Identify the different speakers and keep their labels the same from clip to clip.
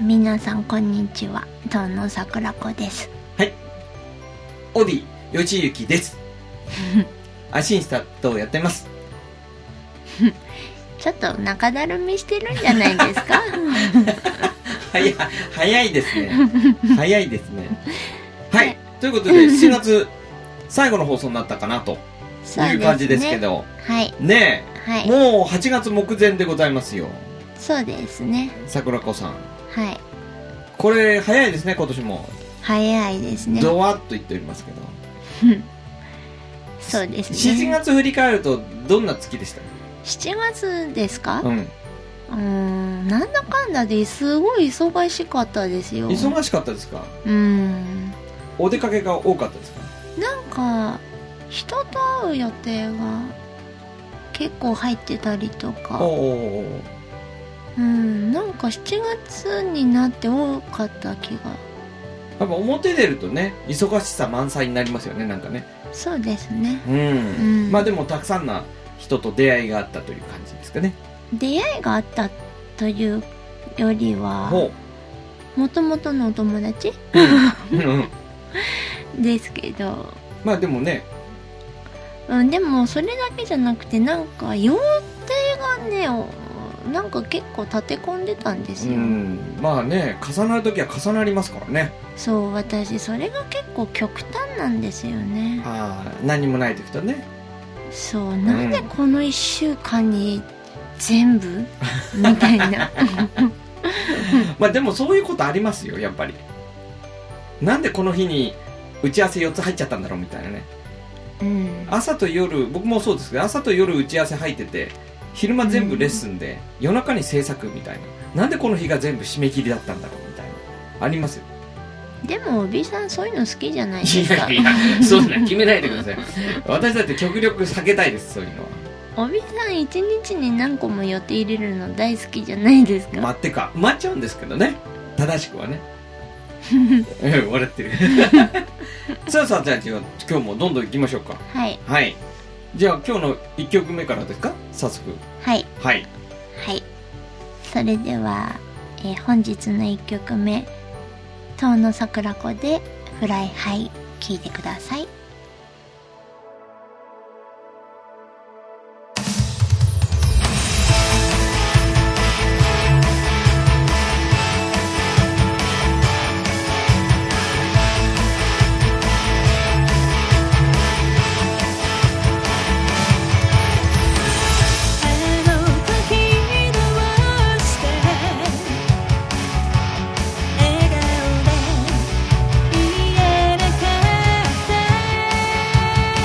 Speaker 1: 皆さんこんにちは遠野桜子です
Speaker 2: はい。オディ、よちゆ きです。アシンスタとやってます。
Speaker 1: ちょっと中だるみしてるんじゃないです か
Speaker 2: 早い、早いで すね。早いですね。はい。
Speaker 1: はい
Speaker 2: ということで、7月最後の放送になったかなと
Speaker 1: そ
Speaker 2: いう感じですけ
Speaker 1: ね
Speaker 2: ど、
Speaker 1: はい
Speaker 2: ね
Speaker 1: は
Speaker 2: え、
Speaker 1: い
Speaker 2: もう8月目前でございますよ。
Speaker 1: そうですね
Speaker 2: 桜子さん。
Speaker 1: はい
Speaker 2: これ、早いですね、今年も。
Speaker 1: 早いですね
Speaker 2: ドワッと言っておりますけど。
Speaker 1: そうです
Speaker 2: 7
Speaker 1: ね
Speaker 2: 月振り返ると、どんな月でした
Speaker 1: 7月ですか
Speaker 2: うん。
Speaker 1: うーんなんだかんだですごい忙しかったですよ
Speaker 2: 忙しかったですか
Speaker 1: うん
Speaker 2: お出かけが多かったですか
Speaker 1: なんか人と会う予定が結構入ってたりとか
Speaker 2: おおー。
Speaker 1: うんなんか7月になって多かった気が
Speaker 2: やっぱ表出るとね忙しさ満載になりますよねなんかね
Speaker 1: そうですね
Speaker 2: うん、
Speaker 1: うん
Speaker 2: まあでもたくさんな人と出会いがあったという感じですかね
Speaker 1: 出会いがあったというよりは
Speaker 2: ほ
Speaker 1: もともとのお友達
Speaker 2: う、うんうんうん、
Speaker 1: ですけど、
Speaker 2: まあでもね
Speaker 1: うん、でもそれだけじゃなくてなんか予定がねおなんか結構立て込んでたんで
Speaker 2: う
Speaker 1: すよ、
Speaker 2: んまあね重なる時は重なりますからね
Speaker 1: そう私それが結構極端なんですよね
Speaker 2: ああ何もない時とね
Speaker 1: そうなんでこの1週間に全部みたい な
Speaker 2: まあでもそういうことありますよやっぱりなんでこの日に打ち合わせ4つ入っちゃったんだろうみたいなね
Speaker 1: うん
Speaker 2: 朝と夜僕もそうですけど朝と夜打ち合わせ入ってて昼間全部レッスンで、夜中に制作みたいななんでこの日が全部締め切りだったんだろうみたいなありますよ
Speaker 1: でもおびさんそういうの好きじゃないですか
Speaker 2: やそんな決めないでください 私だって極力避けたいですそういうの
Speaker 1: お
Speaker 2: は
Speaker 1: びさん一日に何個も予定入れるの大好きじゃないですか、
Speaker 2: 待ってか埋まっちゃうんですけどね正しく はねうん笑 ってるさあさあじゃあじゃあ今日もどんどん行きましょうか
Speaker 1: はい
Speaker 2: はいじゃあ今日の1曲目からですか早速
Speaker 1: はい
Speaker 2: はい
Speaker 1: はいそれでは、えー本日の1曲目「遠野桜子」で「フライハイ」聴いてください
Speaker 3: 「あの時どうして」「笑顔で言えなかった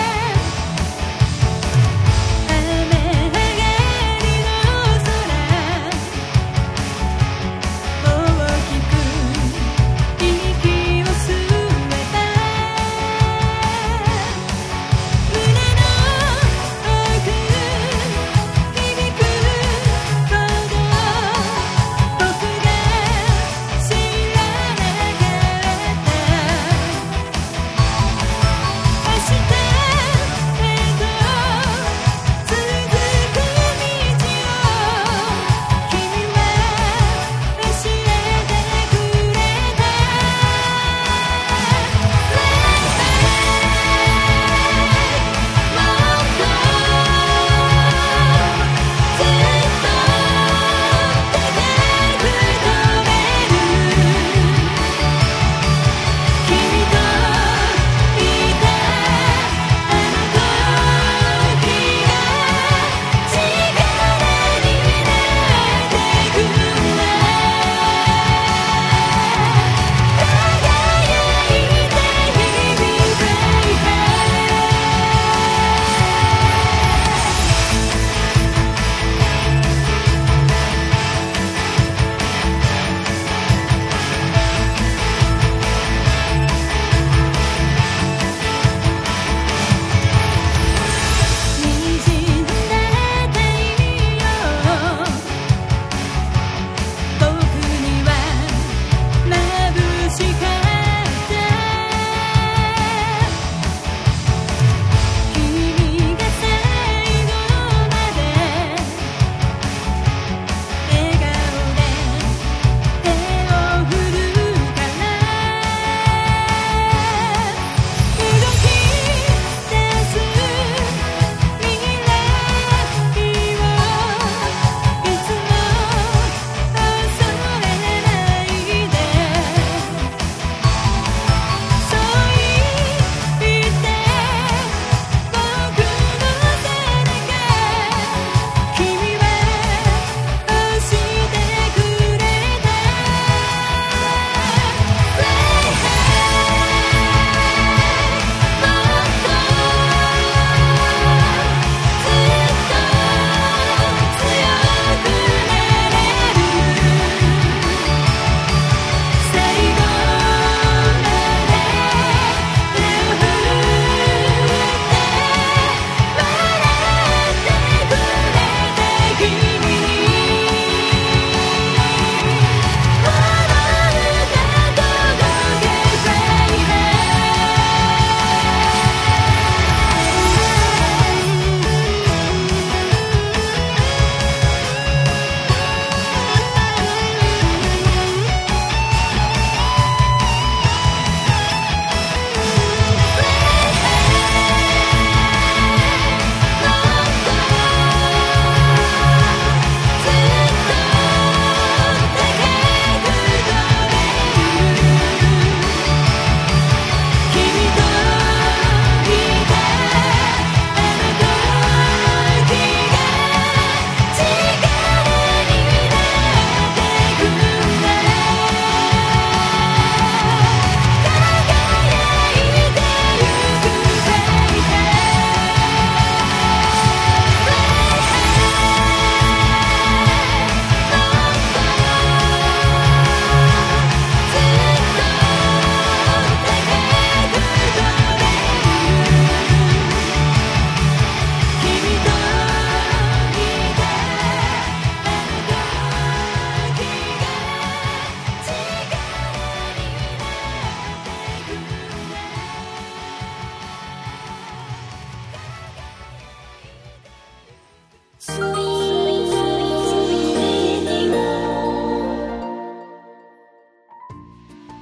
Speaker 1: う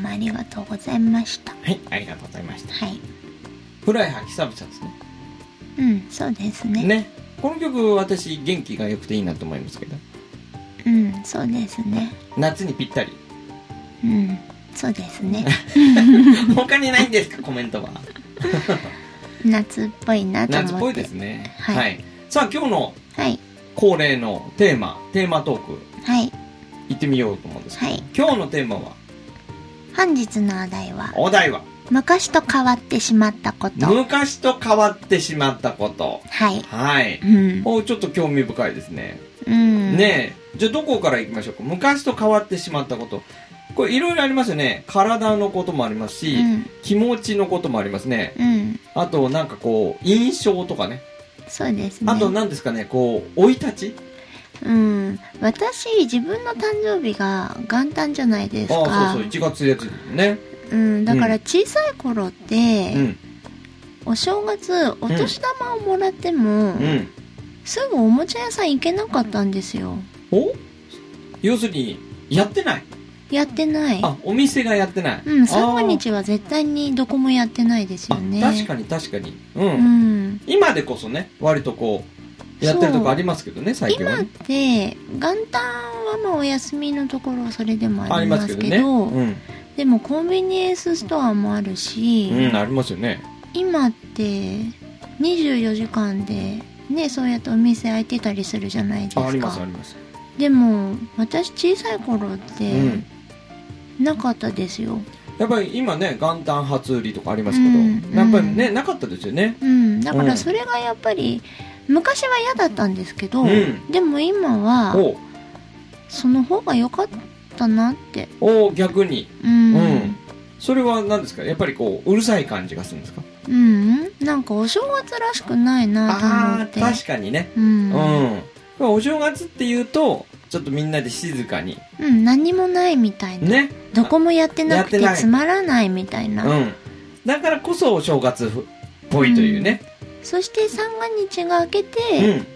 Speaker 1: もありがとうございました。
Speaker 2: はい、ありがとうございました。
Speaker 1: はい。
Speaker 2: フライハー久々ですね。
Speaker 1: うん、そうですね。
Speaker 2: ねこの曲私元気が良くていいなと思いますけど
Speaker 1: うん、そうですね。
Speaker 2: 夏にぴっ たり
Speaker 1: うん、そうです ね。
Speaker 2: 他にないんですかコメントは
Speaker 1: 夏っぽいなと思って。
Speaker 2: 夏っぽいですね
Speaker 1: はい
Speaker 2: さあ今日の
Speaker 1: はい、
Speaker 2: 恒例のテーマテーマトーク
Speaker 1: はい、
Speaker 2: 行ってみようと思うんですけど、
Speaker 1: はい
Speaker 2: 今日のテーマは
Speaker 1: 本日のお題は、
Speaker 2: お題は
Speaker 1: 昔と変わってしまったこと。
Speaker 2: 昔と変わってしまったこと
Speaker 1: はい。
Speaker 2: はい、
Speaker 1: うん。
Speaker 2: おちょっと興味深いですね、
Speaker 1: うん。
Speaker 2: ねえじゃあどこから行きましょうか昔と変わってしまったことこれいろいろありますよね体のこともありますし、
Speaker 1: うん、
Speaker 2: 気持ちのこともありますね
Speaker 1: うん。
Speaker 2: あとなんかこう印象とかね
Speaker 1: そうですね。
Speaker 2: あと何ですかねこう生い立ち
Speaker 1: うん。私、自分の誕生日が元旦じゃないですか。
Speaker 2: ああそうそう1月1日ね
Speaker 1: うん。だから小さい頃って、
Speaker 2: うん
Speaker 1: お正月、お年玉をもらっても、
Speaker 2: うん
Speaker 1: すぐおもちゃ屋さん行けなかったんですよ。
Speaker 2: お要するにやってない
Speaker 1: やってない。
Speaker 2: あお店がやってない
Speaker 1: うん、
Speaker 2: あ
Speaker 1: 三
Speaker 2: ー
Speaker 1: が日は絶対にどこもやってないですよ
Speaker 2: あ
Speaker 1: ね。
Speaker 2: 確かに確かにうん、
Speaker 1: うん。
Speaker 2: 今でこそね割とこうやってるとこありますけどね最近は
Speaker 1: 今っ
Speaker 2: ね
Speaker 1: て元旦はまあお休みのところそれでもあ
Speaker 2: あり
Speaker 1: り
Speaker 2: ま
Speaker 1: ます
Speaker 2: け
Speaker 1: す
Speaker 2: ど
Speaker 1: けど
Speaker 2: ねうん、
Speaker 1: でもコンビニエンスストアもあるし、
Speaker 2: うん、ありますよね
Speaker 1: 今って24時間でねそうやってお店開いてたりするじゃないです
Speaker 2: あ
Speaker 1: か
Speaker 2: ありますあります
Speaker 1: でも私小さい頃っ
Speaker 2: う
Speaker 1: て
Speaker 2: ん
Speaker 1: なかったですよ
Speaker 2: やっぱり今ね元旦初売りとかありますけど、
Speaker 1: うん
Speaker 2: やっぱりね
Speaker 1: う
Speaker 2: なかったですよね
Speaker 1: うんだか
Speaker 2: うん
Speaker 1: らそれがやっぱり昔は嫌だったんですけど、
Speaker 2: うん
Speaker 1: でも今は
Speaker 2: お
Speaker 1: その方が良かったなって
Speaker 2: お逆に
Speaker 1: うん、
Speaker 2: うんそれは何ですかやっぱりこううるさい感じがするんですか
Speaker 1: うん、なんかお正月らしくないなと
Speaker 2: ああ
Speaker 1: 思って。
Speaker 2: 確かにね
Speaker 1: う、
Speaker 2: うん
Speaker 1: うん、
Speaker 2: ん、お正月っていうとちょっとみんなで静かに
Speaker 1: 何もないみたいな、
Speaker 2: ね
Speaker 1: どこもやってなくて
Speaker 2: やってない
Speaker 1: つまらないみたいうな。
Speaker 2: んだからこそお正月っぽいというね
Speaker 1: そして三が日が明けて、
Speaker 2: う
Speaker 1: っ
Speaker 2: ん、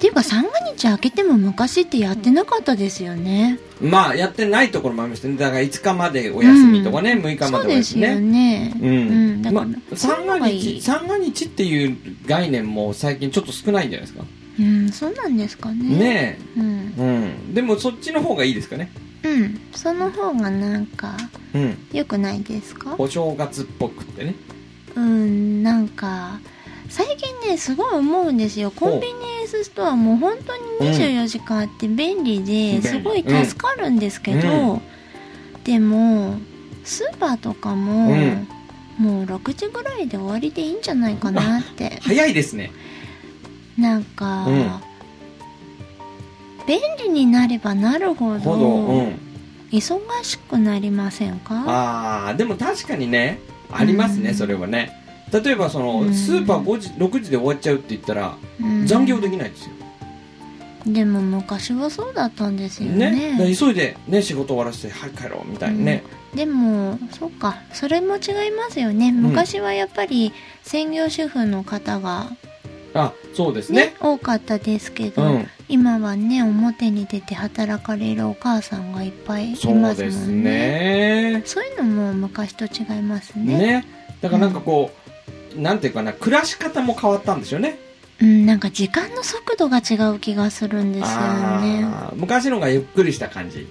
Speaker 1: ていうか三が日明けても昔ってやってなかったですよね。
Speaker 2: まあやってないところもありましたねだから5日までお休みとかね、6日
Speaker 1: そ
Speaker 2: まで
Speaker 1: う
Speaker 2: お
Speaker 1: で
Speaker 2: 休
Speaker 1: す
Speaker 2: み
Speaker 1: よ
Speaker 2: ね
Speaker 1: ね。
Speaker 2: う
Speaker 1: うん
Speaker 2: ん
Speaker 1: だ
Speaker 2: ま
Speaker 1: か
Speaker 2: あ
Speaker 1: ら
Speaker 2: 三が
Speaker 1: そういうのがい
Speaker 2: 日
Speaker 1: い
Speaker 2: 三が日っていう概念も最近ちょっと少ないんじゃないですか
Speaker 1: うん、そうなんですかね。
Speaker 2: ね
Speaker 1: うん、
Speaker 2: え、うん、でもそっちの方がいいですかね
Speaker 1: うん、その方がなんか
Speaker 2: うん
Speaker 1: 良くないですか？
Speaker 2: お正月っぽくってね
Speaker 1: うん、なんか、最近ね、すごい思うんですよ。コンビニエンスストアも本当に24時間あって便利
Speaker 2: うん
Speaker 1: で、すごい助かるんですけど、でも、スーパーとかも、
Speaker 2: うん
Speaker 1: もう6時ぐらいで終わりでいいんじゃないかな って。
Speaker 2: 早いですね
Speaker 1: なんか、
Speaker 2: うん
Speaker 1: 便利になればなるほど、
Speaker 2: ほど、うん、
Speaker 1: 忙しくなりませんか
Speaker 2: あーでも確かにねありますね、
Speaker 1: うん
Speaker 2: それはね例えばその、
Speaker 1: うん
Speaker 2: スーパー5時6時で終わっちゃうって言ったら
Speaker 1: うん
Speaker 2: 残業できないですよ、
Speaker 1: でも昔はそうだったんですよ
Speaker 2: ねだから急いで、ね、仕事終わらせてはい帰ろうみたいなね、
Speaker 1: でもそうかそれも違いますよね昔はやっぱり専業主婦の方が、
Speaker 2: あそうです
Speaker 1: ね
Speaker 2: ね
Speaker 1: 多かったですけ
Speaker 2: う
Speaker 1: ど、
Speaker 2: ん
Speaker 1: 今はね表に出て働かれるお母さんがいっぱいいます
Speaker 2: そ
Speaker 1: もんね
Speaker 2: うですね
Speaker 1: そういうのも昔と違います
Speaker 2: ね
Speaker 1: ね
Speaker 2: だからなんかこう、なんていうかな暮らし方も変わったんですよね
Speaker 1: うんなんか時間の速度が違う気がするんですよね
Speaker 2: あー昔のがゆっくりした感じ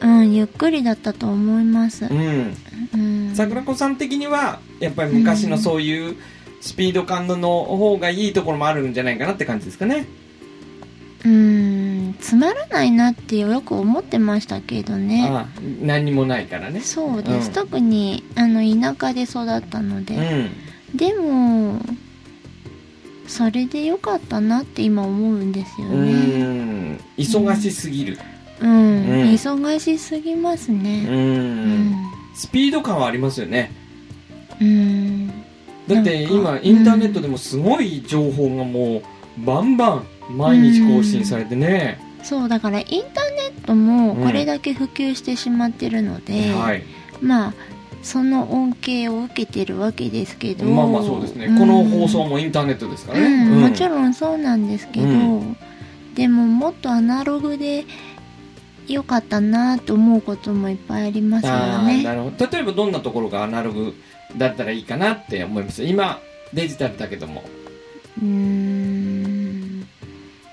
Speaker 1: うんゆっくりだったと思います
Speaker 2: うん
Speaker 1: うん
Speaker 2: 桜子さん的にはやっぱり昔のそういうスピード感の方がいいところもあるんじゃないかなって感じですかね
Speaker 1: うんつまらないなってよく思ってましたけどね
Speaker 2: ああ何にもないからね
Speaker 1: そうです、
Speaker 2: うん
Speaker 1: 特にあの田舎で育ったの
Speaker 2: う
Speaker 1: で、
Speaker 2: ん
Speaker 1: でもそれで良かったなって今思うんですよ
Speaker 2: う
Speaker 1: ね
Speaker 2: ん忙しすぎる
Speaker 1: うん、
Speaker 2: うん
Speaker 1: 忙しすぎます
Speaker 2: うん
Speaker 1: ねうん
Speaker 2: スピード感はありますよね
Speaker 1: うん、
Speaker 2: だって
Speaker 1: な
Speaker 2: 今
Speaker 1: んか
Speaker 2: インターネットでもすごい情報がもうバンバン毎日更新されてね、
Speaker 1: そうだからインターネットも
Speaker 2: うん
Speaker 1: これだけ普及してしまってるので、
Speaker 2: はい
Speaker 1: まあその恩恵を受けてるわけですけど
Speaker 2: まあまあそうですね、
Speaker 1: ん
Speaker 2: この放送もインターネットですからね、
Speaker 1: うん、もち
Speaker 2: ん
Speaker 1: ろんそうなんですけど、
Speaker 2: う
Speaker 1: でももっとアナログで良かったなと思うこともいっぱいありますよ
Speaker 2: あーな
Speaker 1: ね。
Speaker 2: るほど例えばどんなところがアナログだったらいいかなって思います今デジタルだけども、
Speaker 1: うーん。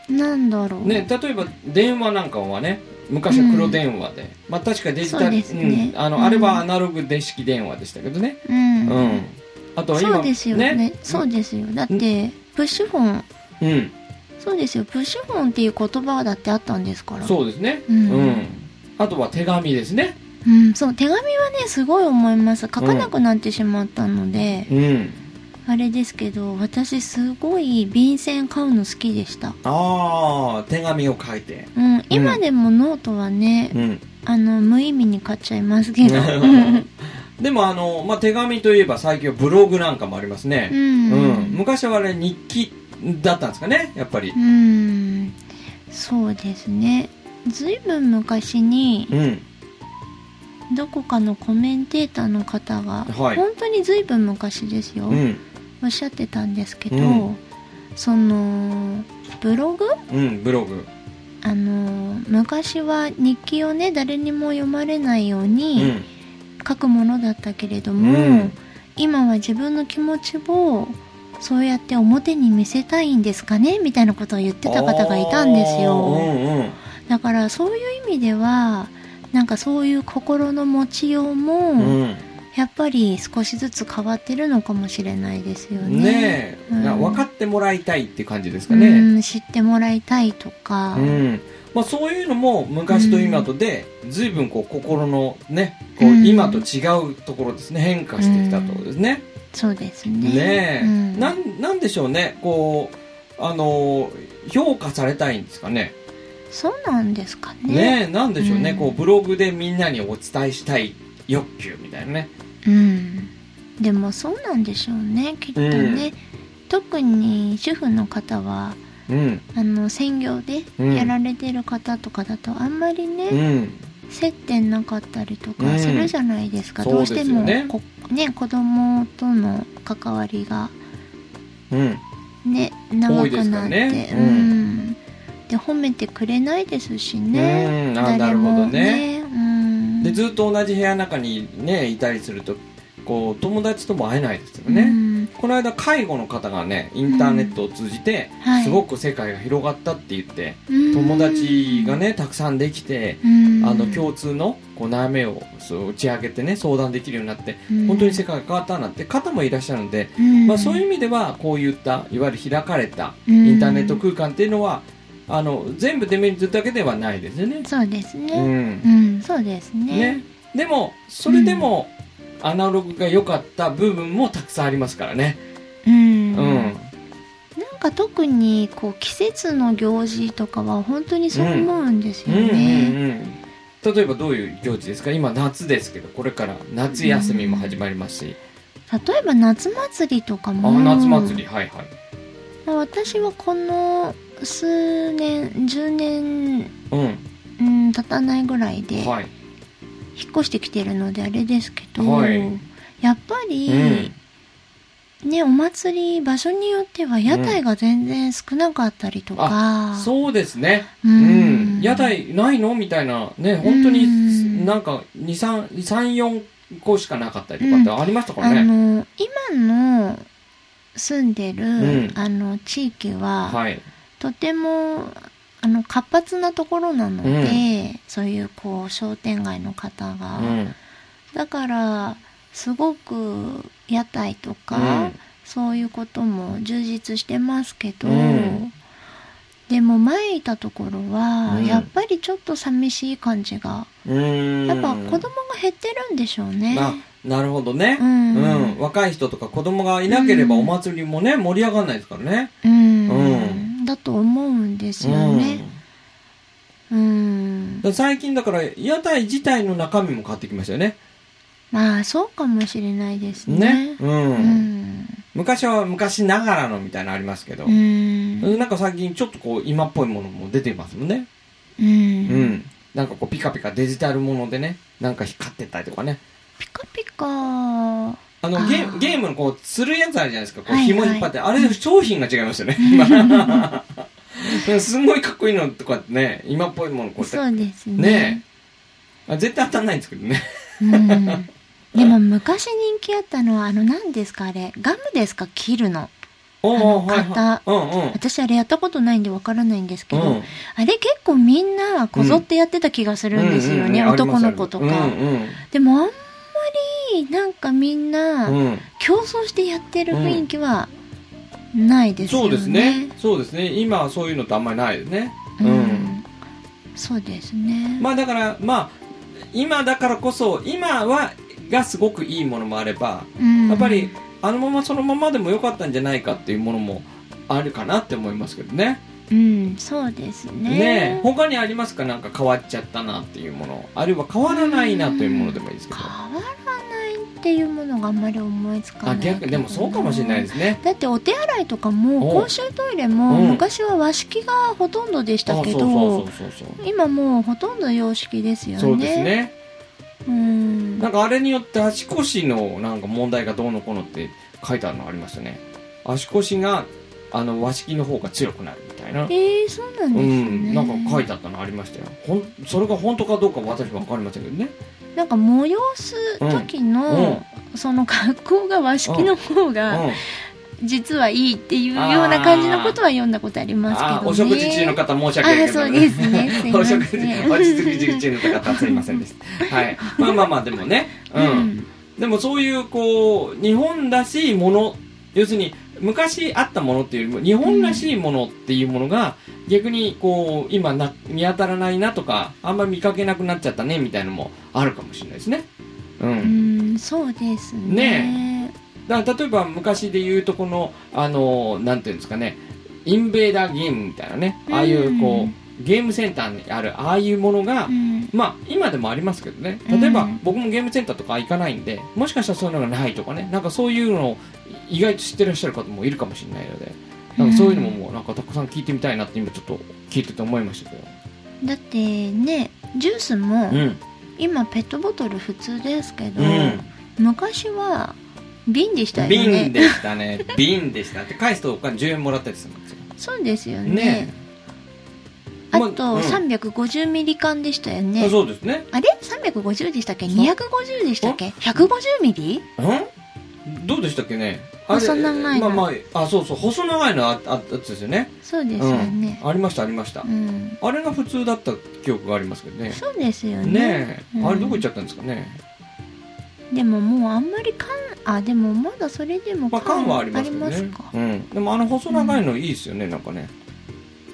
Speaker 1: なんだろう。
Speaker 2: ね、例えば電話なんかはね昔は黒電話で、まあ確かデジタル
Speaker 1: そうですね
Speaker 2: うんあの
Speaker 1: うん
Speaker 2: あれはアナログ電式電話でしたけどね、
Speaker 1: う
Speaker 2: うん
Speaker 1: ん。
Speaker 2: あとは今
Speaker 1: そうですよねそうですよ。だって、プッシュフォン、
Speaker 2: うん、
Speaker 1: そうですよ。プッシュフォンっていう言葉だってあったんですから。
Speaker 2: そうですね、
Speaker 1: うん
Speaker 2: あとは手紙ですね、
Speaker 1: うん、そう、手紙はね、すごい思います。書かなくなってしまったので、
Speaker 2: うん、
Speaker 1: あれですけど、私すごい便箋買うの好きでした。
Speaker 2: ああ手紙を書いて、
Speaker 1: うん、今でもノートはね、
Speaker 2: うん、
Speaker 1: あの、無意味に買っちゃいますけど。 うん。
Speaker 2: でもあの、まあ、手紙といえば最近はブログなんかもありますね、うん、
Speaker 1: う
Speaker 2: 昔はあれ日記だったんですかねやっぱり
Speaker 1: ん。そうですね。ずいぶん昔に、
Speaker 2: うん
Speaker 1: どこかのコメンテーターの方が、
Speaker 2: はい
Speaker 1: 本当にずいぶん昔ですよ、
Speaker 2: うん
Speaker 1: おっしゃってたんですけど、
Speaker 2: うん
Speaker 1: そのブログ
Speaker 2: うんブログ
Speaker 1: あの昔は日記をね誰にも読まれないよう
Speaker 2: う
Speaker 1: に
Speaker 2: ん
Speaker 1: 書くものだったけれども、
Speaker 2: うん
Speaker 1: 今は自分の気持ちをそうやって表に見せたいんですかねみたいなことを言ってた方がいたんです
Speaker 2: あーう
Speaker 1: よ
Speaker 2: んうん
Speaker 1: だからそういう意味ではなんかそういう心の持ちようも、
Speaker 2: うん
Speaker 1: やっぱり少しずつ変わってるのかもしれないですよね。
Speaker 2: ねえ、
Speaker 1: うん
Speaker 2: な分かってもらいたいって感じです
Speaker 1: う
Speaker 2: かね
Speaker 1: ん、知ってもらいたいとか、
Speaker 2: うん、まあ、そういうのも昔と今とで随分こう心のねこう
Speaker 1: うん
Speaker 2: 今と違うところですね変化してきたところですね、
Speaker 1: そうですね。
Speaker 2: ねえ、
Speaker 1: うん
Speaker 2: なんなんでしょうねこうあの評価されたいんですかね
Speaker 1: そうなんですかね。
Speaker 2: ねえなんでしょうね、
Speaker 1: うん
Speaker 2: こうブログでみんなにお伝えしたい欲求みたいなね
Speaker 1: うん。でもそうなんでしょうね、きっとね。特に主婦の方は、
Speaker 2: うん
Speaker 1: あの、専業で
Speaker 2: うん
Speaker 1: やられてる方とかだと、あんまりね、
Speaker 2: うん
Speaker 1: 接点なかったりと
Speaker 2: う
Speaker 1: か
Speaker 2: ん
Speaker 1: するじゃないですか。
Speaker 2: そう
Speaker 1: どう
Speaker 2: です
Speaker 1: し
Speaker 2: よ
Speaker 1: ても
Speaker 2: ね
Speaker 1: こね、子供との関わりが
Speaker 2: うん
Speaker 1: ね長くな
Speaker 2: 多
Speaker 1: っ
Speaker 2: い
Speaker 1: て、
Speaker 2: ですか
Speaker 1: う
Speaker 2: らねうん
Speaker 1: んで褒めてくれないですしね、
Speaker 2: うんあなるほどね
Speaker 1: うん
Speaker 2: でずっと同じ部屋の中にねいたりするとこう友達とも会えないですよね、
Speaker 1: うん
Speaker 2: この間介護の方がねインターネットを通じて、
Speaker 1: うんはい
Speaker 2: すごく世界が広がったって言って友達が、ねたくさんできて、
Speaker 1: うん
Speaker 2: あの共通のこう悩みをそう打ち明けてね相談できるようになって
Speaker 1: うん
Speaker 2: 本当に世界が変わったなんて方もいらっしゃるので、
Speaker 1: うん
Speaker 2: まあ、そういう意味ではこういったいわゆる開かれた
Speaker 1: うん
Speaker 2: インターネット空間っていうのはあの全部デメリットだけではないですよね。
Speaker 1: そうです
Speaker 2: う
Speaker 1: ね、
Speaker 2: ん
Speaker 1: うんそうですね
Speaker 2: ね、でもそれでも、アナログが良かった部分もたくさんありますからね。
Speaker 1: うん
Speaker 2: うん、
Speaker 1: なんか特にこう季節の行事とかは本当にそう思うんですよね、
Speaker 2: うんうん、例えばどういう行事ですか今夏ですけどこれから夏休みも始まりますし、
Speaker 1: 例えば夏祭りとかも
Speaker 2: あ夏祭りはいはい、
Speaker 1: まあ私はこの数年10年
Speaker 2: うん
Speaker 1: うん、経たないぐらいで、
Speaker 2: はい
Speaker 1: 引っ越してきてるのであれですけど、
Speaker 2: はい
Speaker 1: やっぱり、ね、お祭り場所によっては屋台が全然少なかったりとか、
Speaker 2: うん、そうですね、
Speaker 1: う
Speaker 2: うん
Speaker 1: ん、
Speaker 2: 屋台ないのみたいなね本当
Speaker 1: う
Speaker 2: に
Speaker 1: ん
Speaker 2: なんか234個しかなかったりとかってありましたから
Speaker 1: あ
Speaker 2: ね、
Speaker 1: の今の住んでる、
Speaker 2: うん
Speaker 1: あの地域は、
Speaker 2: はい、
Speaker 1: とてもあの活発なところなので、
Speaker 2: う
Speaker 1: そういうこう商店街の方が、
Speaker 2: うん
Speaker 1: だからすごく屋台とか、そういうことも充実してますけど、
Speaker 2: うん
Speaker 1: でも前いたところは、
Speaker 2: うん
Speaker 1: やっぱりちょっと寂しい感じが、
Speaker 2: うん、
Speaker 1: やっぱ子供が減ってるんでしょうね。
Speaker 2: あなるほどね、
Speaker 1: う
Speaker 2: うん
Speaker 1: ん、
Speaker 2: 若い人とか子供がいなければ
Speaker 1: うん
Speaker 2: お祭りもね盛り上がらないですからね。
Speaker 1: うん
Speaker 2: うん
Speaker 1: だと思うんですよね。うん
Speaker 2: だ、から最近だから屋台自体の中身も買ってきましたよね。
Speaker 1: まあそうかもしれないです
Speaker 2: ね
Speaker 1: ね。。
Speaker 2: うん。
Speaker 1: うん、
Speaker 2: 昔は昔ながらのみたいなのありますけど、
Speaker 1: うん、うん、
Speaker 2: なんか最近ちょっとこう今っぽいものも出てますもんね。うん。なんかこうピカピカデジタルものでね、なんか光ってたりとかね。
Speaker 1: ピカピカ。
Speaker 2: あの
Speaker 1: あー
Speaker 2: ゲーゲームのこう、つるやつあるじゃないですか。こう
Speaker 1: はいはい
Speaker 2: 紐引っ張って、あれ商品が違いましたね。うんすんごいかっこいいのとかってね今っぽいものこうやって
Speaker 1: そうですね
Speaker 2: ねえあ絶対当たんないんですけどね
Speaker 1: うん、でも昔人気あったのはあの何ですかあれガムですか切るの
Speaker 2: おー
Speaker 1: あの型
Speaker 2: うんうん
Speaker 1: 私あれやったことないんでわからないんですけど、
Speaker 2: うん
Speaker 1: あれ結構みんなこぞってやってた気がするんですよね、
Speaker 2: うんうんうん
Speaker 1: 男の子とか、
Speaker 2: う
Speaker 1: でもあんまりなんかみん
Speaker 2: んうん
Speaker 1: な
Speaker 2: うんうん
Speaker 1: 競争してやってる雰囲気はないですよ
Speaker 2: そ
Speaker 1: ね、
Speaker 2: うですねそうですね今はそういうのってあんまりないですね
Speaker 1: う、
Speaker 2: うんん
Speaker 1: そうですね、
Speaker 2: まあだからまあ今だからこそ今はがすごくいいものもあれば
Speaker 1: うん
Speaker 2: やっぱりあのままそのままでも良かったんじゃないかっていうものもあるかなって思いますけどね
Speaker 1: うんそうですね
Speaker 2: ねえ他にありますかなんか変わっちゃったなっていうものあるいは変わらないなというものでもいいですけど
Speaker 1: 変わらないっていうものがあんまり思いつかな
Speaker 2: あ
Speaker 1: いけど
Speaker 2: 逆でもそうかもしれないですね
Speaker 1: だってお手洗いとかも
Speaker 2: お
Speaker 1: 公衆トイレも
Speaker 2: うん
Speaker 1: 昔は和式がほとんどでし
Speaker 2: あ
Speaker 1: たけど、
Speaker 2: そうそうそうそうそう
Speaker 1: 今もうほとんど洋式ですよね
Speaker 2: そうですね
Speaker 1: うん
Speaker 2: なんかあれによって足腰のなんか問題がどうのこうのって書いてあるのありましたね足腰があの和式の方が強くなるみたいな
Speaker 1: えー、そうなんで
Speaker 2: う
Speaker 1: すね、
Speaker 2: ん、なんか書いてあったのありましたよほんそれが本当かどうか私も分かりませんけどね
Speaker 1: なんか催す時の、その格好が和式の方が
Speaker 2: う
Speaker 1: 実はいいっていうような感じのことは読んだことあり
Speaker 2: ん、
Speaker 1: ますけどね
Speaker 2: あーお食事中の方申し訳ない
Speaker 1: あーそうですねすいま
Speaker 2: お
Speaker 1: せん
Speaker 2: 食事お食事中の方すいませんでしたはいまあまあまあでもねうんでもそういうこう日本らしいもの要するに昔あったものっていうよりも日本らしいものっていうものが逆にこう今な見当たらないなとかあんまり見かけなくなっちゃったねみたいなのもあるかもしれないですね。う、
Speaker 1: うんん、うんそうですね
Speaker 2: ねだから例えば昔で言うとこのあのなんていうんですかねインベーダーゲームみたいなねああいうこうゲームセンターにあるああいうものが
Speaker 1: うん
Speaker 2: まあ今でもありますけどね例えば
Speaker 1: うん
Speaker 2: 僕もゲームセンターとか行かないんでもしかしたらそういうのがないとかねなんかそういうのを意外と知ってらっしゃる方もいるかもしれないのでなんかそういうのももうなんかたくさん聞いてみたいなって今ちょっと聞いてて思いましたけど、
Speaker 1: だってねジュースも、
Speaker 2: うん、
Speaker 1: 今ペットボトル普通ですけど、
Speaker 2: うん
Speaker 1: 昔は瓶でしたよね
Speaker 2: 瓶でしたね瓶でしたって返すとお金10円もらったりするんですよ
Speaker 1: そうですよね
Speaker 2: ね
Speaker 1: あ
Speaker 2: ま
Speaker 1: と
Speaker 2: うん
Speaker 1: 350ミリ缶でしたよね、
Speaker 2: あそうですね
Speaker 1: あれ350でしたっけ
Speaker 2: そう
Speaker 1: 250でしたっけ150ミリ
Speaker 2: んどうでしたっけねあれ
Speaker 1: 細長い
Speaker 2: ま
Speaker 1: の
Speaker 2: あまああそうそう細長いのああったやつですよね
Speaker 1: そうですよね
Speaker 2: うん、ありましたありました、
Speaker 1: うん、
Speaker 2: あれが普通だった記憶がありますけどね
Speaker 1: そうですよね
Speaker 2: ねえ、
Speaker 1: うん
Speaker 2: あれどこ行っちゃったんですかね
Speaker 1: でももうあんまり缶あでもまだそれでも
Speaker 2: まあ缶はありますけど
Speaker 1: あり
Speaker 2: ね
Speaker 1: ますか、
Speaker 2: うん、でもあの細長いのいいですよね、なんかね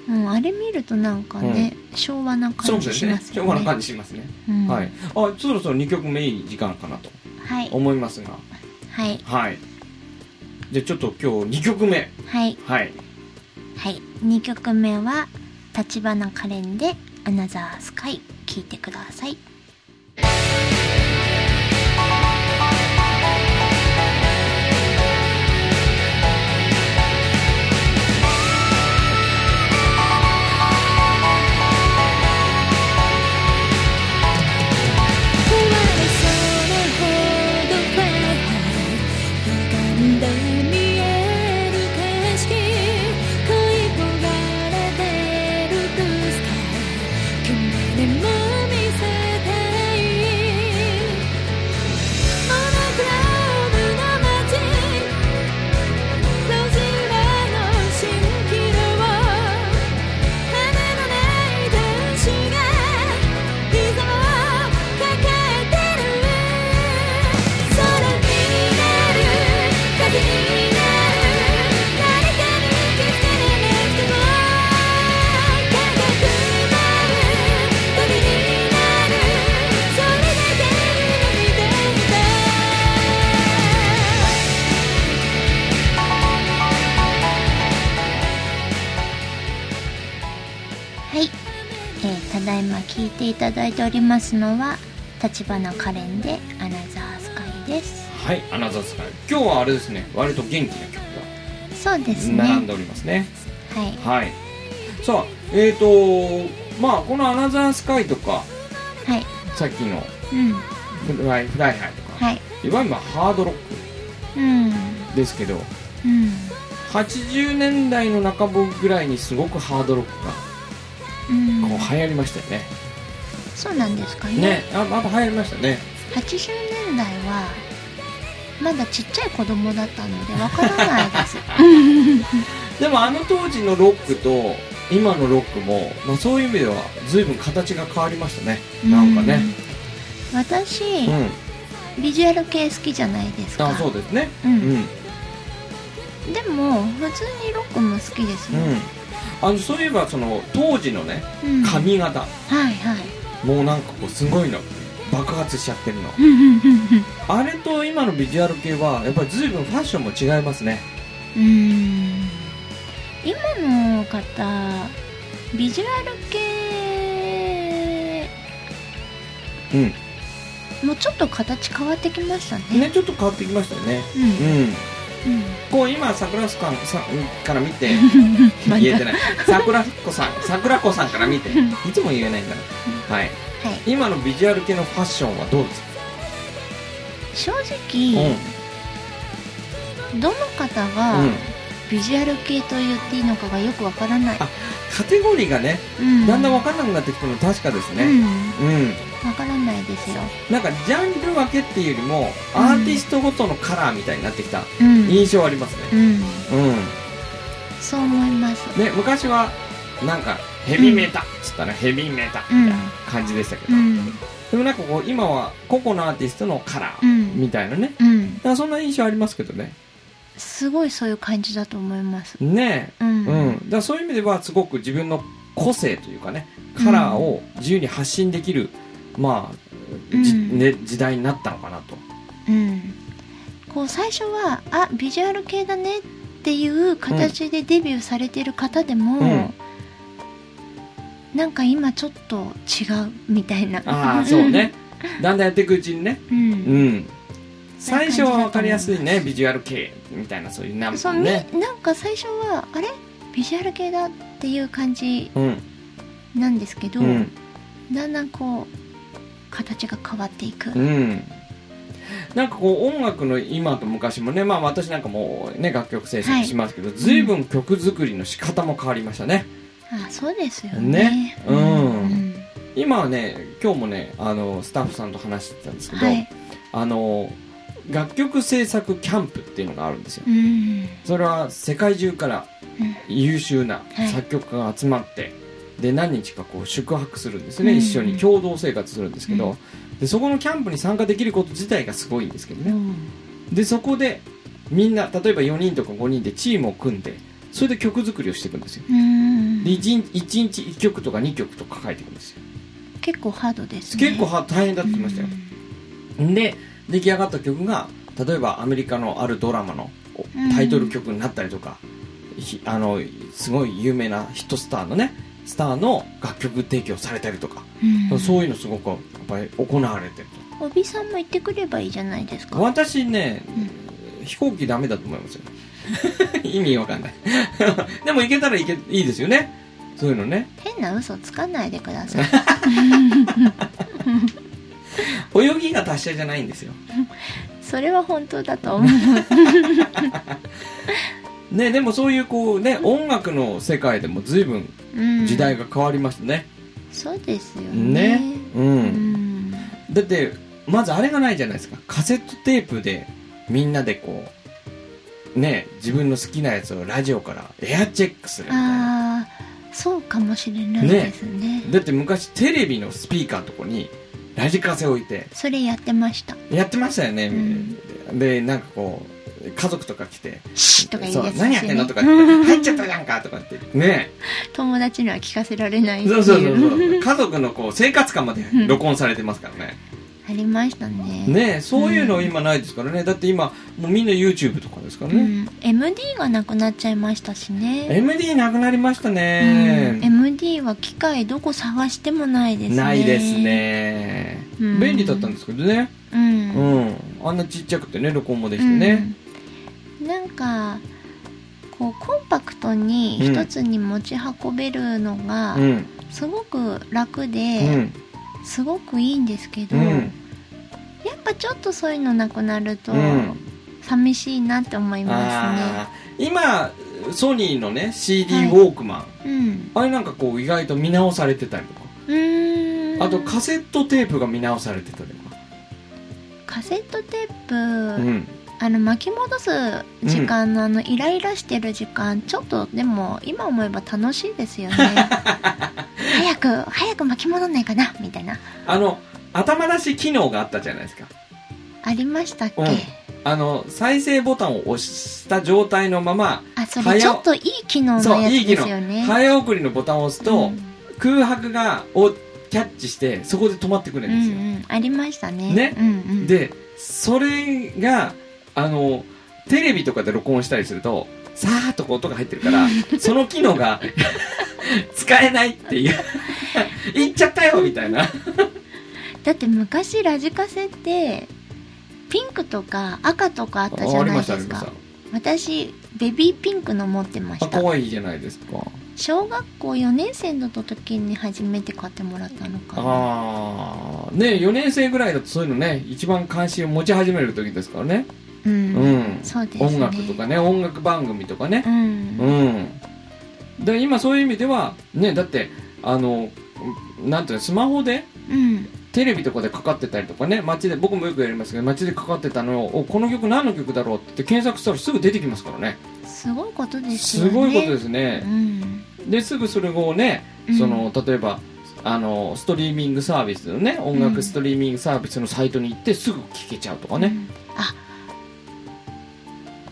Speaker 1: うん、あれ見るとなんかね、昭和な感じします
Speaker 2: しょ
Speaker 1: よ
Speaker 2: う
Speaker 1: ね
Speaker 2: がない感じしますね、
Speaker 1: うん
Speaker 2: はいあそろそろ2曲目いい時間かなと
Speaker 1: はい
Speaker 2: 思いますが
Speaker 1: はい
Speaker 2: はいじゃあちょっと今日2曲目
Speaker 1: はい
Speaker 2: はい
Speaker 1: はい、2曲目は「立花カレン」で「アナザースカイ」聴いてください。
Speaker 3: 壊れそうなほどファイハー歪んで見える景色恋焦がれてるブースター今日でも見せたいモノクラムの街路地裏の蜃気楼羽のない天使が膝を抱えてる空になる風になる誰かに気づかれなくても高く舞う鳥になるそれだけに見てみたい
Speaker 1: はい、えーただいま聴いていただいておりますのは「立花カレン」で「アナザースカイ」です。
Speaker 2: はい「アナザースカイ」今日はあれですね割と元気な曲
Speaker 1: そうですね。
Speaker 2: が並ん
Speaker 1: は
Speaker 2: でおりますね
Speaker 1: い、
Speaker 2: はいさあえっ、ー、とまあこの「アナザースカイ」とか
Speaker 1: はい、
Speaker 2: さっきの
Speaker 1: うん、
Speaker 2: フライ「フライハイ」とか、
Speaker 1: はい、
Speaker 2: いわゆるまあハードロック
Speaker 1: うん、
Speaker 2: ですけど
Speaker 1: うん、
Speaker 2: 80年代の中頃ぐらいにすごくハードロックが
Speaker 1: うん
Speaker 2: こう流行りましたよね、
Speaker 1: そうなんですかね
Speaker 2: ねあまた流行りましたね
Speaker 1: 80年代はまだちっちゃい子供だったのでわからないです
Speaker 2: でもあの当時のロックと今のロックも、まあ、そういう意味では随分形が変わりましたね なんかね
Speaker 1: うん私、
Speaker 2: うん、
Speaker 1: ビジュアル系好きじゃないですか
Speaker 2: あそうですね
Speaker 1: う
Speaker 2: うん
Speaker 1: ん、
Speaker 2: うん
Speaker 1: でも普通にロックも好きですよ、
Speaker 2: あのそういえばその当時のね
Speaker 1: うん
Speaker 2: 髪型、
Speaker 1: はいはい
Speaker 2: もうなんかこうすごいの爆発しちゃってるの
Speaker 1: うんうんうん
Speaker 2: あれと今のビジュアル系はやっぱり随分ファッションも違いますね
Speaker 1: うんうん今の方ビジュアル系
Speaker 2: うん
Speaker 1: もうちょっと形変わってきましたね
Speaker 2: ねちょっと変わってきましたよね
Speaker 1: うん
Speaker 2: うん
Speaker 1: うん
Speaker 2: こう今桜子さんさんから見 て
Speaker 1: また
Speaker 2: 言えてない桜子さん桜子さんから見ていつも言えないんだなはい
Speaker 1: はい
Speaker 2: 今のビジュアル系のファッションはどうですか
Speaker 1: 正
Speaker 2: うん
Speaker 1: 直、どの方が
Speaker 2: うん
Speaker 1: ビジュアル系と言っていいのかがよくわからない
Speaker 2: あ、カテゴリーがね
Speaker 1: うん
Speaker 2: だんだん分かんなくなってきたの確かです
Speaker 1: う
Speaker 2: ね
Speaker 1: ん
Speaker 2: うん
Speaker 1: わからないですよ、
Speaker 2: なんかジャンル分けっていうよりも
Speaker 1: うん
Speaker 2: アーティストごとのカラーみたいになってきた
Speaker 1: うん
Speaker 2: 印象あります
Speaker 1: う
Speaker 2: ね
Speaker 1: ん、
Speaker 2: うん
Speaker 1: そう思います
Speaker 2: ね昔はなんかヘビメタっつったらヘビメタみたいな感じでしたけ
Speaker 1: う
Speaker 2: ど
Speaker 1: ん
Speaker 2: でもなんかこう今は個々のアーティストのカラ
Speaker 1: う
Speaker 2: ー
Speaker 1: ん
Speaker 2: みたいなね
Speaker 1: うん
Speaker 2: だからそんな印象ありますけどね
Speaker 1: すごいそういう感じだと思います
Speaker 2: ね
Speaker 1: う
Speaker 2: え
Speaker 1: ん
Speaker 2: うんだからそういう意味ではすごく自分の個性というかねカラーを自由に発信できるまあじ
Speaker 1: うん
Speaker 2: ね時代になったのかなと
Speaker 1: うんこう最初はあビジュアル系だねっていう形でデビューされてる方でも、
Speaker 2: うん
Speaker 1: なんか今ちょっと違うみたいな
Speaker 2: ああそうねだんだんやっていくうちにね
Speaker 1: うん、
Speaker 2: うん最初は分かりやすい
Speaker 1: そういう感じだと思い
Speaker 2: ね
Speaker 1: ます
Speaker 2: ビジュアル系みたいなそういうナン
Speaker 1: そう
Speaker 2: バ
Speaker 1: み
Speaker 2: ね
Speaker 1: なんか最初はあれビジュアル系だっていう感じ
Speaker 2: うん
Speaker 1: なんですけど、
Speaker 2: うん
Speaker 1: だんだんこう形が変わっていく、
Speaker 2: うんなんかこう音楽の今と昔もねまあ私なんかもうね楽曲制作しますけど、随分曲作りの仕方も変わりましたね
Speaker 1: あそうですよね
Speaker 2: ねうん
Speaker 1: うん
Speaker 2: 今はね今日もねあのスタッフさんと話してたんですけど、
Speaker 1: はい
Speaker 2: あの楽曲制作キャンプっていうのがあるんですよ
Speaker 1: うん
Speaker 2: それは世界中から優秀な
Speaker 1: はい
Speaker 2: 作曲家が集まって、で何日かこう宿泊するんですね、
Speaker 1: うん
Speaker 2: 一緒に共同生活するんですけど、
Speaker 1: う
Speaker 2: でそこのキャンプに参加できること自体がすごいんですけど
Speaker 1: う
Speaker 2: ね、
Speaker 1: ん
Speaker 2: でそこでみんな例えば4人とか5人でチームを組んでそれで曲作りをしていくんですよ
Speaker 1: うん
Speaker 2: で 1, 日1曲とか2曲とか書いていくんですよ
Speaker 1: 結構ハードですね
Speaker 2: 結構は大変だって言ってましたよ、で出来上がった曲が例えばアメリカのあるドラマの
Speaker 1: う
Speaker 2: お
Speaker 1: ん
Speaker 2: タイトル曲になったりとか、ひあのすごい有名なヒットスターのねスターの楽曲提供されたりとか、
Speaker 1: うん
Speaker 2: そういうのすごくやっぱり行われてる
Speaker 1: おびさんも行ってくればいいじゃないです
Speaker 2: と
Speaker 1: か
Speaker 2: 私ね、飛行機ダメだと思いますよ 意味わかんない でも行けたらいけいいですよねそういうのね
Speaker 1: 変な嘘つかないでください
Speaker 2: 泳ぎが達者じゃないんですよ
Speaker 1: それは本当だと思う
Speaker 2: ねでもそういうこうね音楽の世界でも随分
Speaker 1: うん
Speaker 2: 時代が変わりましたね、
Speaker 1: そうですよね
Speaker 2: ね、うん
Speaker 1: うん
Speaker 2: だってまずあれがないじゃないですかカセットテープでみんなでこうね自分の好きなやつをラジオからエアチェックするみたいな
Speaker 1: ああそうかもしれないですね
Speaker 2: だって昔テレビのスピーカーのとこにラジカセ置いて
Speaker 1: それやってました
Speaker 2: やってましたよね、
Speaker 1: う
Speaker 2: でなんかこう家族とか来て
Speaker 1: 「シッ」とか言う
Speaker 2: そ
Speaker 1: や
Speaker 2: う
Speaker 1: つ
Speaker 2: 何やってんの とか言って入っちゃったじゃんかとかってね
Speaker 1: 友達には聞かせられないってい
Speaker 2: そううそうそうそう家族のこう生活感まで録音されてますからね、
Speaker 1: ありましたね
Speaker 2: ねえそういうの今ないですからね、だって今もうみんな YouTube とかですから
Speaker 1: う
Speaker 2: ね、
Speaker 1: ん、MD がなくなっちゃいましたしね、
Speaker 2: MD なくなりました
Speaker 1: う
Speaker 2: ね、
Speaker 1: ん、MD は機械どこ探してもないですね
Speaker 2: ないですね、
Speaker 1: うん
Speaker 2: 便利だったんですけどね
Speaker 1: うん、
Speaker 2: う
Speaker 1: うん
Speaker 2: ん、あんなちっちゃくてね録音もできてね、
Speaker 1: なんかこうコンパクトに一つに持ち運べるのが
Speaker 2: うんうん
Speaker 1: すごく楽
Speaker 2: う
Speaker 1: で
Speaker 2: ん
Speaker 1: すごくいいんですけど、
Speaker 2: うん
Speaker 1: やっぱちょっとそういうのなくなると、
Speaker 2: うん
Speaker 1: 寂しいなって思いま
Speaker 2: あー今ソニーのね CD ウォークマン、
Speaker 1: すねうん
Speaker 2: あれなんかこう意外と見直されてたりとか、
Speaker 1: うーん
Speaker 2: あとカセットテープが見直されてたりとか、
Speaker 1: カセットテープ、
Speaker 2: うん、
Speaker 1: あの巻き戻す時間のあのイライラしてる時間ちょっとでも今思えば楽しいです よね早く早く巻き戻んないかなみたいな
Speaker 2: あの頭出し機能があったじゃないですか
Speaker 1: ありましたっけ、
Speaker 2: うんあの再生ボタンを押した状態のまま
Speaker 1: あそ
Speaker 2: 早
Speaker 1: れちょっといい機能
Speaker 2: そ
Speaker 1: の
Speaker 2: う
Speaker 1: や
Speaker 2: いい
Speaker 1: つで
Speaker 2: 機能
Speaker 1: すよね
Speaker 2: 早送りのボタンを押す
Speaker 1: う
Speaker 2: と、
Speaker 1: ん
Speaker 2: 空白がをキャッチしてそこで止まってくれ
Speaker 1: う
Speaker 2: るんですよ、
Speaker 1: んうんありましたね
Speaker 2: ね
Speaker 1: うんうん、
Speaker 2: でそれがあのテレビとかで録音したりするとさーっとこう音が入って るからその機能が使えないっ ていう行っちゃったよみたいな
Speaker 1: だって昔ラジカセってピンクとか赤とかあったじ
Speaker 2: あ
Speaker 1: ゃ
Speaker 2: あり
Speaker 1: ない
Speaker 2: ま
Speaker 1: で
Speaker 2: したあり
Speaker 1: す
Speaker 2: まし
Speaker 1: か
Speaker 2: た
Speaker 1: 私ベビーピンクの持ってま
Speaker 2: あ
Speaker 1: した
Speaker 2: 可愛いじゃないですか
Speaker 1: 小学校4年生の時に初めて買ってもらったのかな
Speaker 2: ああね4年生ぐらいだとそういうのね一番関心を持ち始める時ですからね
Speaker 1: う、
Speaker 2: うんん、
Speaker 1: そうですね
Speaker 2: 音楽とかね音楽番組とかね
Speaker 1: うん、
Speaker 2: うん、で今そういう意味ではねだってあのなんていうのスマホで
Speaker 1: うん
Speaker 2: テレビとかでかかってたりとかね街で僕もよくやりますけど街でかかってたのをおこの曲何の曲だろうって検索したらすぐ出てきますからね
Speaker 1: すごいことですよ
Speaker 2: す
Speaker 1: ね
Speaker 2: ごいことですすね、
Speaker 1: ね、
Speaker 2: ですぐそれをね
Speaker 1: うん、
Speaker 2: その例えばあのストリーミングサービスのね音楽ストリーミングサービスのサイトに行ってすぐ聴けちゃうとか
Speaker 1: うん
Speaker 2: ね、
Speaker 1: あ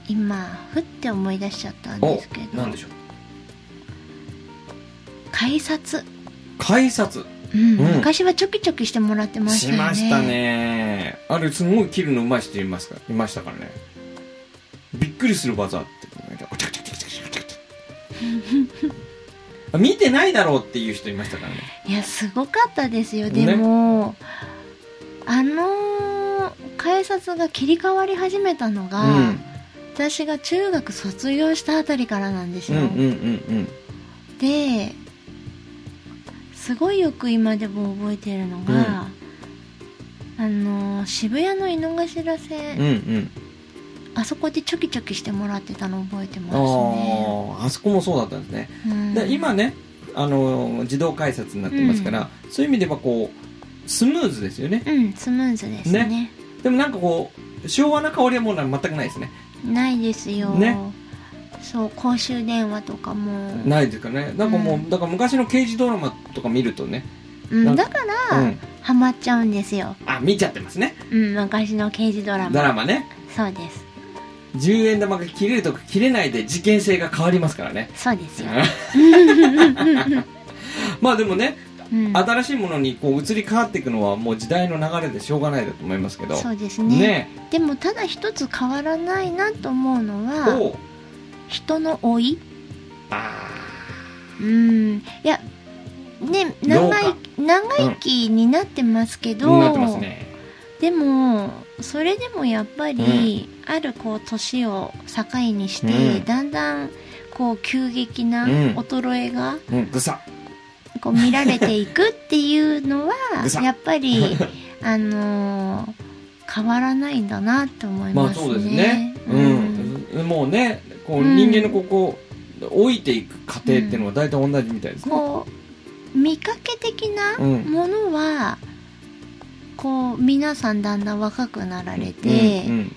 Speaker 1: 今ふって思い出しちゃったんですけ
Speaker 2: お
Speaker 1: ど
Speaker 2: なんでしょう
Speaker 1: 改札、
Speaker 2: 改札
Speaker 1: うん
Speaker 2: うん
Speaker 1: 昔はチョキチョキしてもらってました
Speaker 2: し
Speaker 1: よね
Speaker 2: ましたねあれすごい切るのうまい人いますかいましたからねびっくりする技 っておちゃくちゃくちゃくちゃくちゃくちゃ見てないだろうっていう人いましたからね
Speaker 1: いやすごかったですよ
Speaker 2: ね
Speaker 1: でも、あのー改札が切り替わり始めたのが、私が中学卒業したあたりからなんです
Speaker 2: うん
Speaker 1: よ、
Speaker 2: うんうんうん
Speaker 1: ですごいよく今でも覚えてるのが、あのー渋谷の井の頭線、
Speaker 2: うんうん
Speaker 1: あそこでチョキチョキしてもらってたの覚えてますね、
Speaker 2: あああそこもそうだったんですね
Speaker 1: うん
Speaker 2: で今ねあの自動改札になってますから、そういう意味ではこうスムーズですよね
Speaker 1: うんスムーズですね
Speaker 2: でもなんかこう昭和な香りはもうな全くないですね
Speaker 1: ないですよ、
Speaker 2: ね
Speaker 1: そう公衆電話とかも、
Speaker 2: ないですかねなんかもう、
Speaker 1: うん
Speaker 2: だから昔の刑事ドラマとか見るとね、
Speaker 1: う、
Speaker 2: なんんか
Speaker 1: だか
Speaker 2: う
Speaker 1: ら、
Speaker 2: ん、
Speaker 1: ハマっちゃうんですよ、
Speaker 2: あ見ちゃってますね
Speaker 1: うん、昔の刑事ドラ
Speaker 2: ド
Speaker 1: マ
Speaker 2: ラマね
Speaker 1: そうです
Speaker 2: 10円玉が切れるとか切れないで事件性が変わりますからね
Speaker 1: そうですよ、
Speaker 2: まあでもね
Speaker 1: うん、
Speaker 2: 新しいものにこう移り変わっていくのはもう時代の流れでしょうがないだと思いますけど
Speaker 1: そうですね
Speaker 2: ね
Speaker 1: でもただ一つ変わらないなと思うのは
Speaker 2: おう
Speaker 1: 人の老い
Speaker 2: あ
Speaker 1: うんいやね長
Speaker 2: 老化
Speaker 1: い長生きになってますけ
Speaker 2: あ
Speaker 1: ど、
Speaker 2: なってますね
Speaker 1: でもそれでもやっぱり、あるこう年を境にして、
Speaker 2: うん
Speaker 1: だんだんこう急激な
Speaker 2: うん
Speaker 1: 衰えが、
Speaker 2: うんぐさ
Speaker 1: こう見られていくっていうのは
Speaker 2: ぐさ
Speaker 1: やっぱり あのー変わらないんだなと思い
Speaker 2: ま
Speaker 1: ま
Speaker 2: あ
Speaker 1: すね。
Speaker 2: そうですねう
Speaker 1: うん
Speaker 2: ん、もうねこう
Speaker 1: うん
Speaker 2: 人間のここ老いていく過程っていうのは大体同じみたいですね
Speaker 1: こう見かけ的な
Speaker 2: うん
Speaker 1: ものは、こう皆さんだんだん若くなられて、
Speaker 2: うん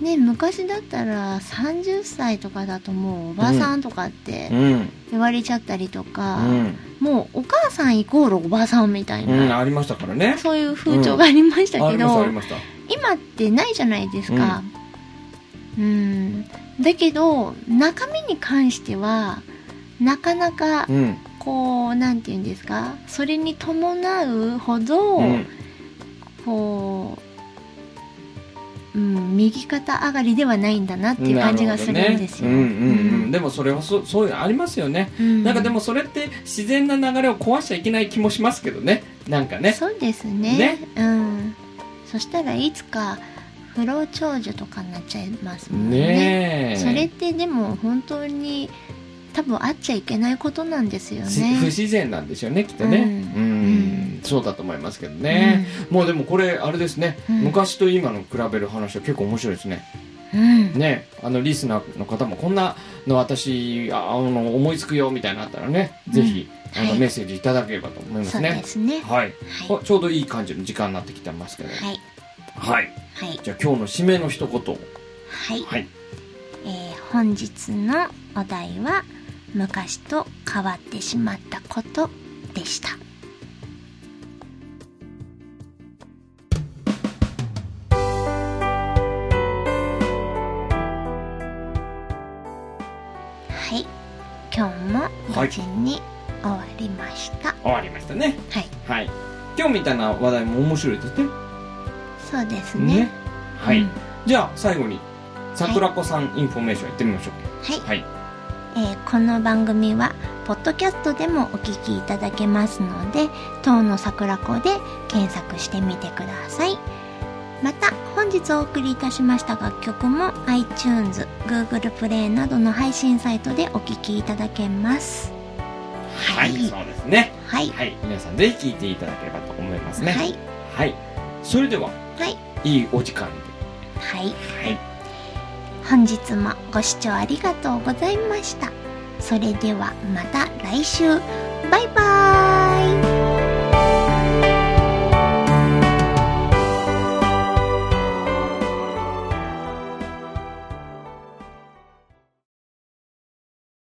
Speaker 2: うん
Speaker 1: ね、昔だったら30歳とかだともうおばさんとかって
Speaker 2: うん
Speaker 1: 言われちゃったりとか、
Speaker 2: うん
Speaker 1: もうお母さんイコールおばさんみたい
Speaker 2: うん
Speaker 1: な、
Speaker 2: ありましたからね
Speaker 1: そういう風潮がありました
Speaker 2: あ
Speaker 1: け
Speaker 2: りまし
Speaker 1: ど、
Speaker 2: たありました
Speaker 1: 今ってないじゃないですか。うん、だけど中身に関してはなかなか
Speaker 2: うん
Speaker 1: こうなんて言うんですかそれに伴うほど、
Speaker 2: うん
Speaker 1: こう、うん、右肩上がりではないんだなっていう感じがするんですよ。
Speaker 2: なるほどねうんうんうん
Speaker 1: うん
Speaker 2: でもそれはそそういうのありますよね、
Speaker 1: うん
Speaker 2: なんかでもそれって自然な流れを壊しちゃいけない気もしますけどねなんかね
Speaker 1: そうですね
Speaker 2: ね
Speaker 1: うん、そしたらいつか不老長寿とかになっちゃいますもんね
Speaker 2: ねえ
Speaker 1: それってでも本当に多分あっちゃいけないことなんですよ
Speaker 2: し不
Speaker 1: ね。
Speaker 2: 自然なんでしょうねきっとね
Speaker 1: う
Speaker 2: うんん
Speaker 1: う
Speaker 2: そうだと思いますけどね、もうでもこれあれですね、
Speaker 1: うん
Speaker 2: 昔と今の比べる話は結構面白いですね
Speaker 1: うん。
Speaker 2: ね、あのリスナーの方もこんなの私ああの思いつくよみたいなのあったらね、ぜひあの、
Speaker 1: はい
Speaker 2: メッセージいただければと思いま
Speaker 1: そ
Speaker 2: す
Speaker 1: う
Speaker 2: ね
Speaker 1: で。すね。は
Speaker 2: はい、
Speaker 1: い。
Speaker 2: あちょうどいい感じの時間になってきてますけど、
Speaker 1: はい。
Speaker 2: はい、
Speaker 1: はい。
Speaker 2: じゃあ今日の締めの一言を、
Speaker 1: はい。
Speaker 2: はい、
Speaker 1: えー本日のお題は、昔と変わってしまったことでした。はい。今日も無事に終わりました。
Speaker 2: 終わりましたね。
Speaker 1: はい。
Speaker 2: はい、今日みたいな話題も面白いですね。
Speaker 1: そうですね。
Speaker 2: はい、
Speaker 1: うん
Speaker 2: じゃあ最後にさとらこさんインフォメーションやってみましょう。
Speaker 1: はい。
Speaker 2: はい、
Speaker 1: えーこの番組はポッドキャストでもお聞きいただけますので「当の桜子」で検索してみてくださいまた本日お送りいたしました楽曲も iTunes、Google プレイなどの配信サイトでお聞きいただけます
Speaker 2: はい、そうですね。
Speaker 1: はい
Speaker 2: はい、皆さんぜひ聞いていただければと思いますね。
Speaker 1: はい、
Speaker 2: はい、それでは、
Speaker 1: はい、
Speaker 2: いいお時間で。
Speaker 1: はい、
Speaker 2: はい。
Speaker 1: 本日もご視聴ありがとうございましたそれではまた来週バイバーイ